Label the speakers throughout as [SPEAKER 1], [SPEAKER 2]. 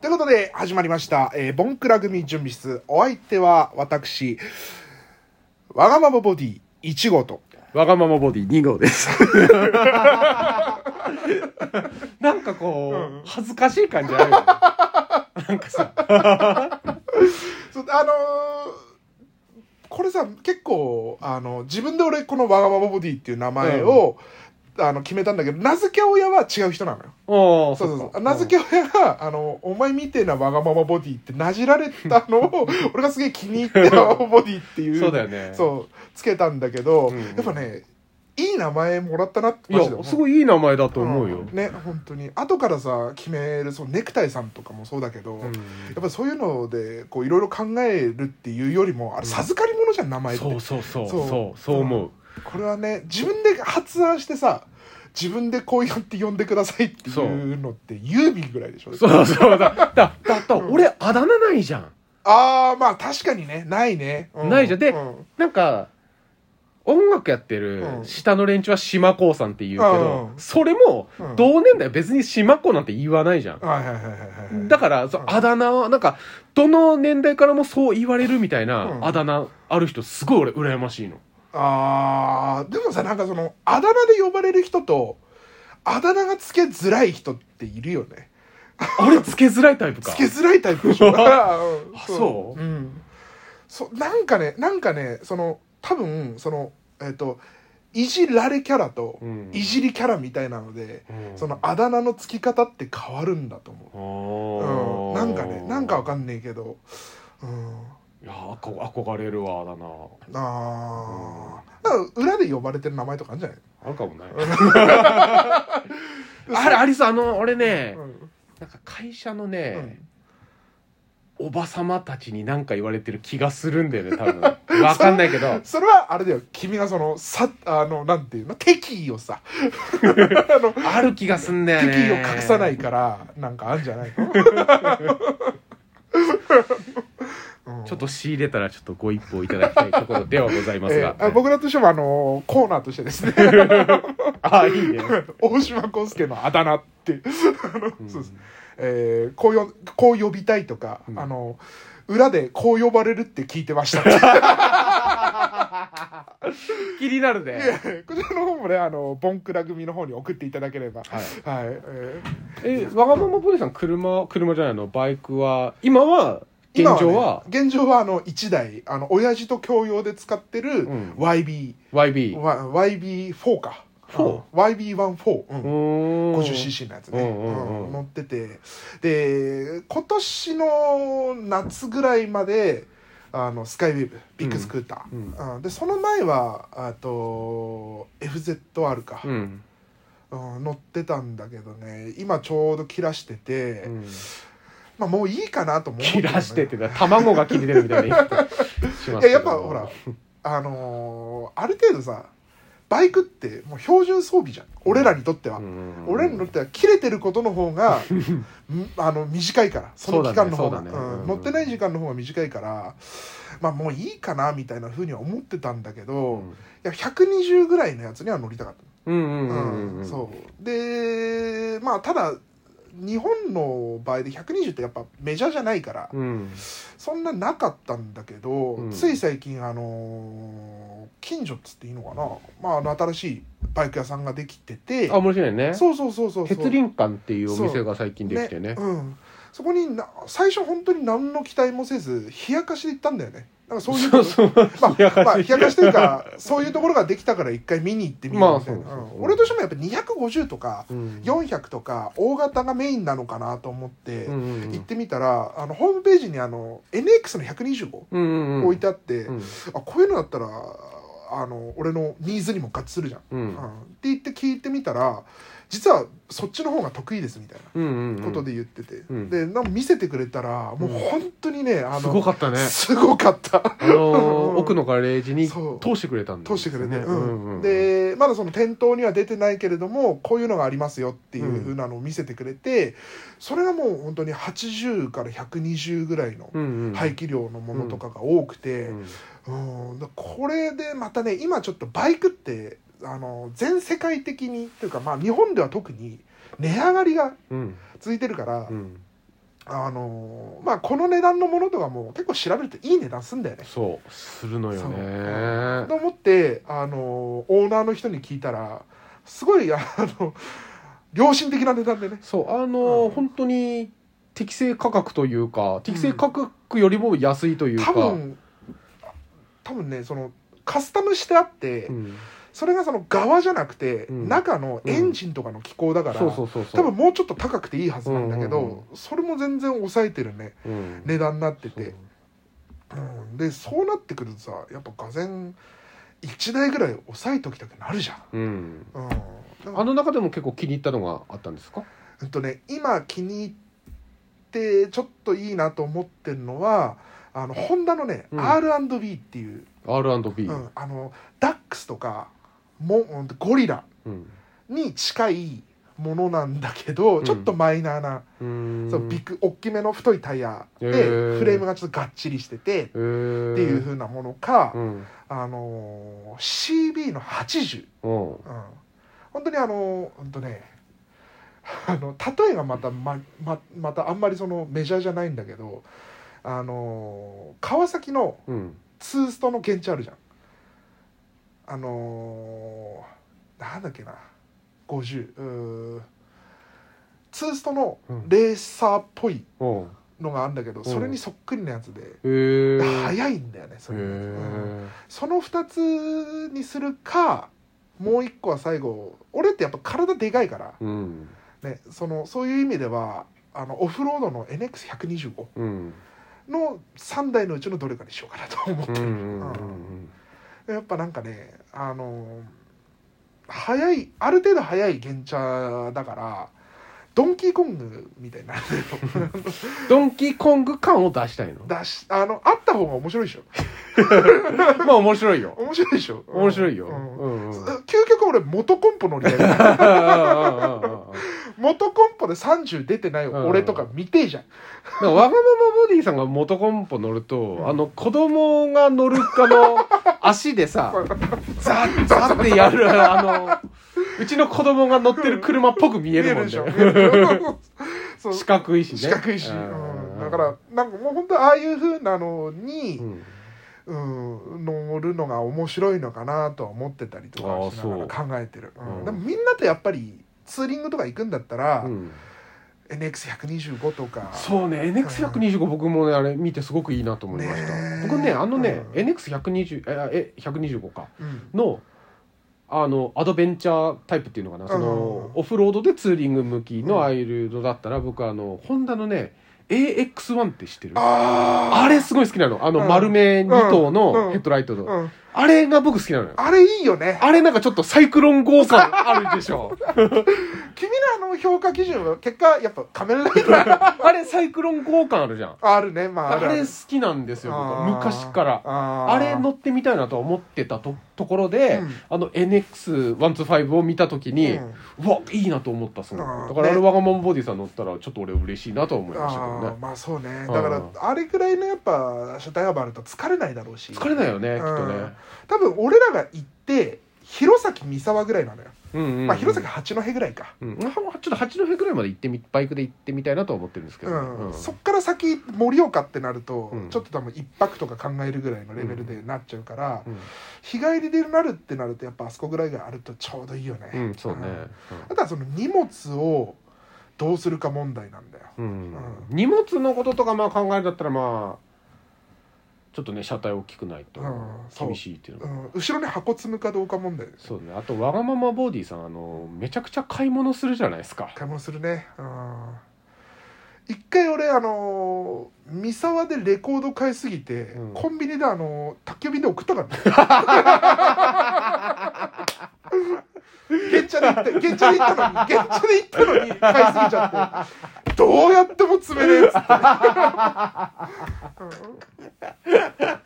[SPEAKER 1] ということで、始まりました。えーボンクラ組準備室。お相手は、私、わがままボディ1号と。
[SPEAKER 2] わがままボディ2号です。 なんかこう、恥ずかしい感じ あるよね。なんかさ、
[SPEAKER 1] そうあのーこれさ、結構、あの、自分で俺、このわがままボディっていう名前を、あの、決めたんだけど、名付け親は違う人なのよ。
[SPEAKER 2] おー
[SPEAKER 1] そうそう
[SPEAKER 2] っ
[SPEAKER 1] そ
[SPEAKER 2] か
[SPEAKER 1] う。名付け親が、あの、お前みてえなわがままボディってなじられたのを、 俺がすげえ気に入って、わがままボディっていう。
[SPEAKER 2] そうだよね。
[SPEAKER 1] そう、つけたんだけど、
[SPEAKER 2] うんうん
[SPEAKER 1] やっぱね、いい名前もらったなって
[SPEAKER 2] いや、す
[SPEAKER 1] い
[SPEAKER 2] ごいいい名前だと思うよ。
[SPEAKER 1] ね、本当に。後からさ、決める、そのネクタイさんとかもそうだけど、
[SPEAKER 2] うん
[SPEAKER 1] やっぱそういうので、こう、いろいろ考えるっていうよりも、あれ、授かり物じゃん、名前って。
[SPEAKER 2] そうそうそう、
[SPEAKER 1] そう
[SPEAKER 2] そう、そう思う。
[SPEAKER 1] これはね、自分で発案してさ、自分でこうやって呼んでくださいっていうのって、ユーミンぐらいでしょ。
[SPEAKER 2] そうそうだ。だ、だ、だ、俺、あだ名ないじゃん。
[SPEAKER 1] ああ、まあ確かにね、ないね。う
[SPEAKER 2] ないじゃんで
[SPEAKER 1] うん
[SPEAKER 2] なんか、音楽やってる
[SPEAKER 1] うん
[SPEAKER 2] 下の連中は島子さんって言うけど
[SPEAKER 1] う、ん
[SPEAKER 2] それも
[SPEAKER 1] うん
[SPEAKER 2] 同年代は別に島子なんて言わないじゃん。
[SPEAKER 1] はいはいはいはいはい。
[SPEAKER 2] だから、そうあだ名は、なんか、どの年代からもそう言われるみたい
[SPEAKER 1] うん
[SPEAKER 2] な、あだ名ある人、すごい俺、羨ましいの。
[SPEAKER 1] あーでもさなんかそのあだ名で呼ばれる人とあだ名がつけづらい人っているよね
[SPEAKER 2] 俺、つけづらいタイプか
[SPEAKER 1] つ。けづらいタイプでし ょあ
[SPEAKER 2] そう
[SPEAKER 1] うん、そうなんかねなんかねその多分そのえっ、といじられキャラと
[SPEAKER 2] うん
[SPEAKER 1] いじりキャラみたいなので、
[SPEAKER 2] うん
[SPEAKER 1] そのあだ名のつき方って変わるんだと思う、うん
[SPEAKER 2] おー
[SPEAKER 1] なんかねなんかわかんねえけど、うん、
[SPEAKER 2] いやー、憧憧れるわ、あだ名。
[SPEAKER 1] あーなんか裏で呼ばれてる名前とかあるんじゃない
[SPEAKER 2] あるかもね。 あれ、ありそう、あの、俺ね、
[SPEAKER 1] うん
[SPEAKER 2] なんか会社の
[SPEAKER 1] うん
[SPEAKER 2] ね、おばさまたちになんか言われてる気がするんだよね、多分。わかんないけど。
[SPEAKER 1] それはあれだよ君がそのさあのなんていうの敵意をさあの
[SPEAKER 2] ある気がすんだよね。
[SPEAKER 1] 敵意を隠さないからなんかあるんじゃないのうん
[SPEAKER 2] ちょっと仕入れたらちょっとご一報いただきたいところではございます
[SPEAKER 1] え
[SPEAKER 2] が。
[SPEAKER 1] ーあ僕らとしてもあのコーナーとしてですね
[SPEAKER 2] あ、いいね。
[SPEAKER 1] 大島康介のあだ名ってあの
[SPEAKER 2] ん
[SPEAKER 1] そうですえーこうよこう呼びたいとか、
[SPEAKER 2] うん
[SPEAKER 1] あの裏でこう呼ばれるって聞いてましたって い
[SPEAKER 2] 気になるね。
[SPEAKER 1] やこちらの方もねあのボンクラ組の方に送っていただければ
[SPEAKER 2] はい
[SPEAKER 1] はい、えー
[SPEAKER 2] え、わがままポリさん、車、車じゃないの、バイクは、今は、現
[SPEAKER 1] 今
[SPEAKER 2] 状は、
[SPEAKER 1] ね現状はあの1台あの親父と共用で使ってる
[SPEAKER 2] ん
[SPEAKER 1] YB、
[SPEAKER 2] YB。
[SPEAKER 1] わ YB4 か
[SPEAKER 2] 4
[SPEAKER 1] YB14、う、
[SPEAKER 2] うんーん
[SPEAKER 1] 50cc のやつね、
[SPEAKER 2] うんうんうん
[SPEAKER 1] うん乗っててで今年の夏ぐらいまであのスカイウェーブビッグスクータ
[SPEAKER 2] うん
[SPEAKER 1] ー、うんでその前はあと FZR か、
[SPEAKER 2] うん。
[SPEAKER 1] うん乗ってたんだけどね今ちょうど切らしてて、
[SPEAKER 2] うん
[SPEAKER 1] まあもういいかなとも思って
[SPEAKER 2] 切
[SPEAKER 1] るのね
[SPEAKER 2] らしてってな、卵が切れてるみたいな言い方しますけど
[SPEAKER 1] いややっぱほら。あのーある程度さバイクってもう標準装備じゃん俺らにとっては、
[SPEAKER 2] うん
[SPEAKER 1] 俺らにとっては切れてることの方 がんあの短いからその期間の方がう、
[SPEAKER 2] そうだねそうだね
[SPEAKER 1] ん
[SPEAKER 2] うん
[SPEAKER 1] 乗ってない時間の方が短いからまあもういいかなみたいなふうには思ってたんだけど、
[SPEAKER 2] うん
[SPEAKER 1] いや120ぐらいのやつには乗りたかった
[SPEAKER 2] うんうんうん
[SPEAKER 1] う
[SPEAKER 2] うんん。
[SPEAKER 1] そうでまあただ日本の場合で120ってやっぱメジャーじゃないから、
[SPEAKER 2] うん。
[SPEAKER 1] そんななかったんだけど、
[SPEAKER 2] うん
[SPEAKER 1] つい最近あのー近所っつっていいのかな、まあ、あの新しいバイク屋さんができてて
[SPEAKER 2] あ、面白いね。
[SPEAKER 1] そうそうそうそうそう
[SPEAKER 2] 鉄林館っていうお店が最近できてね。
[SPEAKER 1] うん、そこにな最初本当に何の期待もせず冷やかしで行ったんだよねなんかそういう
[SPEAKER 2] そうそう。
[SPEAKER 1] まあ
[SPEAKER 2] 冷やかし
[SPEAKER 1] まあ冷やかしというかそういうところができたから一回見に行ってみようみたいな、
[SPEAKER 2] まあそうそうそう
[SPEAKER 1] うん俺としてもやっぱ250とか
[SPEAKER 2] うん
[SPEAKER 1] 400とか大型がメインなのかなと思って
[SPEAKER 2] うんうんうん
[SPEAKER 1] 行ってみたら、あのホームページにあの NX の125、
[SPEAKER 2] うんうんうん
[SPEAKER 1] 置いてあって、
[SPEAKER 2] うん
[SPEAKER 1] あこういうのだったらあの俺のニーズにも合致するじゃん、
[SPEAKER 2] う
[SPEAKER 1] うんんって言って聞いてみたら実はそっちの方が得意ですみたい
[SPEAKER 2] うんうんう
[SPEAKER 1] なんことで言ってて、
[SPEAKER 2] うん
[SPEAKER 1] でなんか見せてくれたらもう本当にね、あの
[SPEAKER 2] すごかったね
[SPEAKER 1] すごかった
[SPEAKER 2] あのー奥のガレージに
[SPEAKER 1] そう
[SPEAKER 2] 通してくれたんだよ
[SPEAKER 1] 通してくれて、う
[SPEAKER 2] うんんうん、
[SPEAKER 1] でまだその店頭には出てないけれどもこういうのがありますよっていうふうなのを見せてくれて、それがもう本当に80から120ぐらいの
[SPEAKER 2] うんうん、
[SPEAKER 1] 排気量のものとかが多くて、
[SPEAKER 2] うん
[SPEAKER 1] うん、だこれでまたね今ちょっとバイクってあの全世界的にというか、まあ、日本では特に値上がりが
[SPEAKER 2] うん
[SPEAKER 1] 続いてるから、
[SPEAKER 2] うん
[SPEAKER 1] あのーまあこの値段のものとかも結構調べるといい値段すんだよね
[SPEAKER 2] そうするのよ
[SPEAKER 1] そう
[SPEAKER 2] ね
[SPEAKER 1] と思ってあのオーナーの人に聞いたらすごいあの良心的な値段でね
[SPEAKER 2] そうあのー
[SPEAKER 1] うん
[SPEAKER 2] 本当に適正価格というか適正価格よりも安いというか、
[SPEAKER 1] 多分多分ねそのカスタムしてあって、
[SPEAKER 2] うん
[SPEAKER 1] それがその側じゃなくて、
[SPEAKER 2] うん
[SPEAKER 1] 中のエンジンとかの機構だから、
[SPEAKER 2] そうそうそうそう
[SPEAKER 1] 多分もうちょっと高くていいはずなんだけど、
[SPEAKER 2] うんうん
[SPEAKER 1] それも全然抑えてるね
[SPEAKER 2] うん
[SPEAKER 1] 値段になって
[SPEAKER 2] そう
[SPEAKER 1] て、うんでそうなってくるとさやっぱがぜん1台ぐらい抑えときたくなるじゃん。
[SPEAKER 2] うん
[SPEAKER 1] うん、
[SPEAKER 2] あの中でも結構気に入ったのがあったんですか
[SPEAKER 1] えっとね今気に入ってちょっといいなと思ってるのはあのホンダのね、
[SPEAKER 2] うん
[SPEAKER 1] R&B っていう、
[SPEAKER 2] R&B、
[SPEAKER 1] う
[SPEAKER 2] うん
[SPEAKER 1] ん、あのダックスとかモンゴリラに近いものなんだけど、
[SPEAKER 2] うん
[SPEAKER 1] ちょっとマイナーな、
[SPEAKER 2] うん
[SPEAKER 1] そのビッグ大きめの太いタイヤで、
[SPEAKER 2] へー
[SPEAKER 1] フレームがちょっとがっちりしててっ
[SPEAKER 2] えー
[SPEAKER 1] ていう風なものか、
[SPEAKER 2] うん
[SPEAKER 1] あのー CB の80、
[SPEAKER 2] うん
[SPEAKER 1] うん、本当にあの本当ね あの例えがまたまままたあんまりそのメジャーじゃないんだけどあの川崎の
[SPEAKER 2] うん
[SPEAKER 1] ツーストの現地あるじゃんあのなんだっけな50うーツーストの
[SPEAKER 2] うん
[SPEAKER 1] レーサーっぽい
[SPEAKER 2] うん
[SPEAKER 1] のがあるんだけど、
[SPEAKER 2] ん
[SPEAKER 1] それにそっくりなやつで、
[SPEAKER 2] へえ
[SPEAKER 1] 速いんだよねそれ、うん
[SPEAKER 2] へ
[SPEAKER 1] その2つにするかもう1個は最後俺ってやっぱ体でかいから、
[SPEAKER 2] えうん
[SPEAKER 1] ね、そのそういう意味ではあのオフロードの NX125
[SPEAKER 2] うん
[SPEAKER 1] の3台のうちのどれかにしようかなと思っ
[SPEAKER 2] う
[SPEAKER 1] て
[SPEAKER 2] んう
[SPEAKER 1] る、
[SPEAKER 2] んう ん
[SPEAKER 1] やっぱなんかねあの早いある程度早い現茶だからドンキーコングみたいになる の
[SPEAKER 2] ドンキーコング感を出したいの
[SPEAKER 1] だしあのあった方が面白いでしょ
[SPEAKER 2] まあ面白いよ
[SPEAKER 1] 面白いでしょ
[SPEAKER 2] 面白いよ、
[SPEAKER 1] う
[SPEAKER 2] うんんうん
[SPEAKER 1] うん
[SPEAKER 2] うん、
[SPEAKER 1] 究極俺元コンポのリアル
[SPEAKER 2] あ
[SPEAKER 1] 元コンポで30出てない俺とか見てえじゃん、
[SPEAKER 2] あわがままボディさんが元コンポ乗ると、
[SPEAKER 1] ん
[SPEAKER 2] あの子供が乗るあ の足でさザッザッってやるあのうちの子供が乗ってる車っぽく見えるもんね
[SPEAKER 1] でしょ見えるでし ょそう
[SPEAKER 2] 四角いしね
[SPEAKER 1] 四角いし、
[SPEAKER 2] うん
[SPEAKER 1] うんだからなんかもう本当ああいうふうなのに
[SPEAKER 2] う、
[SPEAKER 1] う
[SPEAKER 2] ん
[SPEAKER 1] ん乗るのが面白いのかなとは思ってたりとかしなが
[SPEAKER 2] あ
[SPEAKER 1] ら
[SPEAKER 2] あ
[SPEAKER 1] 考えてる、うん
[SPEAKER 2] うん
[SPEAKER 1] でもみんなとやっぱりツーリングとか行くんだったら、
[SPEAKER 2] うん、
[SPEAKER 1] NX125 とか
[SPEAKER 2] そうね NX125 僕もねあれ見てすごくいいなと思いました、
[SPEAKER 1] ねえ
[SPEAKER 2] 僕ねあのね、
[SPEAKER 1] うん
[SPEAKER 2] NX120 ええ125か
[SPEAKER 1] うん
[SPEAKER 2] のあのアドベンチャータイプっていうのかなその、
[SPEAKER 1] う
[SPEAKER 2] オフロードでツーリング向き
[SPEAKER 1] うん
[SPEAKER 2] のアイルドだったら、僕あのホンダのね AX1 って知ってるあ
[SPEAKER 1] あー
[SPEAKER 2] れすごい好きなのあの、
[SPEAKER 1] うん
[SPEAKER 2] 丸目2頭
[SPEAKER 1] うん
[SPEAKER 2] のヘッドライトの、
[SPEAKER 1] うん
[SPEAKER 2] あれが僕好きなのよ
[SPEAKER 1] あれいいよね
[SPEAKER 2] あれなんかちょっとサイクロン号感あるでしょ
[SPEAKER 1] 君らの評価基準は結果やっぱ仮面ライダー
[SPEAKER 2] あれサイクロン号感あるじゃん
[SPEAKER 1] あるねまあ
[SPEAKER 2] あ
[SPEAKER 1] あるある
[SPEAKER 2] れ好きなんですよ僕
[SPEAKER 1] あ
[SPEAKER 2] は
[SPEAKER 1] ー
[SPEAKER 2] 昔から
[SPEAKER 1] あー
[SPEAKER 2] あれ乗ってみたいなとは思ってたとところで、
[SPEAKER 1] うん
[SPEAKER 2] あの NX125 を見た時に、
[SPEAKER 1] うん
[SPEAKER 2] うわいいなと思ったそう
[SPEAKER 1] あー
[SPEAKER 2] だからあれ
[SPEAKER 1] ね
[SPEAKER 2] わがままボディさん乗ったらちょっと俺嬉しいなとは思いましたけ
[SPEAKER 1] あ
[SPEAKER 2] ど
[SPEAKER 1] あ
[SPEAKER 2] ね
[SPEAKER 1] まあそうね
[SPEAKER 2] うん
[SPEAKER 1] だからあれくらいのやっぱ車体幅あると疲れないだろうし
[SPEAKER 2] 疲れないよね、きっとね
[SPEAKER 1] 多分俺らが行って弘前三沢ぐらいなのよ、
[SPEAKER 2] うんうん、うん
[SPEAKER 1] まあ弘前八戸ぐらいか、
[SPEAKER 2] うん、ちょっと八戸ぐらいまで行ってみバイクで行ってみたいなとは思ってるんですけ
[SPEAKER 1] う
[SPEAKER 2] どね、
[SPEAKER 1] ん
[SPEAKER 2] うん
[SPEAKER 1] そっから先盛岡ってなると、
[SPEAKER 2] うん
[SPEAKER 1] ちょっと多分一泊とか考えるぐらいのレベルでなっちゃうから、
[SPEAKER 2] うん
[SPEAKER 1] 日帰りでなるってなるとやっぱあそこぐらいがあるとちょうどいいよね、
[SPEAKER 2] うんそうね、
[SPEAKER 1] あとはその荷物をどうするか問題なんだよ
[SPEAKER 2] うんうん
[SPEAKER 1] う
[SPEAKER 2] 荷物のこととかまあ考えるんだったらまあちょっとね車体大きくないと
[SPEAKER 1] うんそう
[SPEAKER 2] 厳しいっていうの
[SPEAKER 1] う
[SPEAKER 2] が、
[SPEAKER 1] ん、後ろに箱積むかどうか問題です
[SPEAKER 2] そうねあとわがままボディさんあのめちゃくちゃ買い物するじゃないですか
[SPEAKER 1] 買い物するねうん一回俺あのー三沢でレコード買いすぎて、
[SPEAKER 2] うん
[SPEAKER 1] コンビニであのー宅急便で送ったからね現茶で行った現茶で行ったのに現茶で行ったのに買いすぎちゃってどうやっても詰めねえっつってうん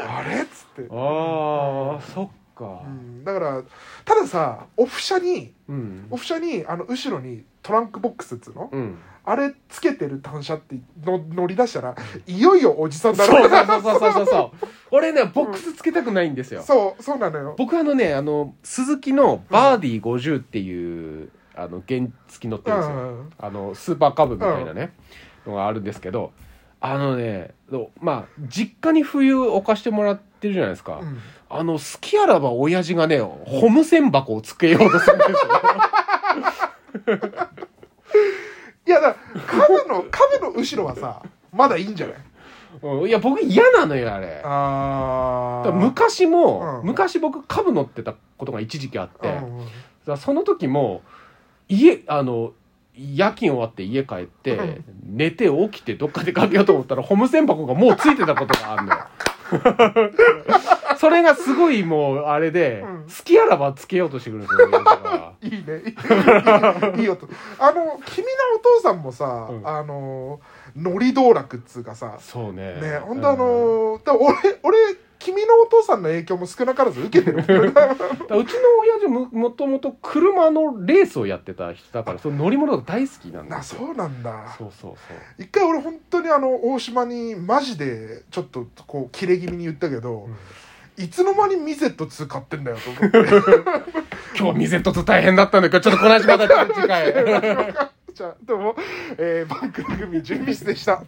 [SPEAKER 1] あれっつって、
[SPEAKER 2] ああそっか
[SPEAKER 1] うん、だからたださオフ車に
[SPEAKER 2] うん
[SPEAKER 1] オフ車にあの後ろにトランクボックスっつうの、
[SPEAKER 2] うん
[SPEAKER 1] あれつけてる単車っての乗り出したらいよいよおじさん
[SPEAKER 2] そ
[SPEAKER 1] だろ
[SPEAKER 2] うそうそうそうそうそうそう俺ねボックスつけたくないんです よ
[SPEAKER 1] そうそうなのよ
[SPEAKER 2] 僕あのねあの鈴木のバーディー50っていう、あの原付き乗って
[SPEAKER 1] う
[SPEAKER 2] るんですよ、
[SPEAKER 1] ん
[SPEAKER 2] あのスーパーカブみたいなね、のがあるんですけどあのねどうまあ実家に冬置かしてもらってるじゃないですか、
[SPEAKER 1] うん
[SPEAKER 2] あの好きあらば親父がねホムセン箱をつけようとするんですよ
[SPEAKER 1] いやだから家具 の家具の後ろはさまだいいんじゃない
[SPEAKER 2] うんいや僕嫌なのよあれ
[SPEAKER 1] ああ
[SPEAKER 2] だから昔も、
[SPEAKER 1] うん
[SPEAKER 2] 昔僕株乗ってたことが一時期あって、だか
[SPEAKER 1] うん
[SPEAKER 2] らその時も家あの夜勤終わって家帰って、
[SPEAKER 1] うん
[SPEAKER 2] 寝て起きてどっか出かけようと思ったらホームセン箱がもうついてたことがあるのよ それがすごいもうあれで、
[SPEAKER 1] うん
[SPEAKER 2] 好きあらばつけようとしてくるんですよだか
[SPEAKER 1] い
[SPEAKER 2] ら
[SPEAKER 1] いねいいねいい音あの君のお父さんもさ、
[SPEAKER 2] うん
[SPEAKER 1] あの乗り道楽っつうかさ
[SPEAKER 2] そうね
[SPEAKER 1] ねほんとあのだから俺俺君のお父さんの影響も少なからず受けて る
[SPEAKER 2] うんだからうちの親父ももともと車のレースをやってた人だからその乗り物が大好きなんだ
[SPEAKER 1] なそうなんだ
[SPEAKER 2] そうそうそう
[SPEAKER 1] 一回俺本当にあの大島にマジでちょっとこう切れ気味に言ったけど、いつの間にミゼット2買ってんだよと思って
[SPEAKER 2] 今日ミゼットと大変だったんだけど、ちょっとこなし方ちょっと次回。
[SPEAKER 1] じゃあどうも、えー、バンク組準備室でした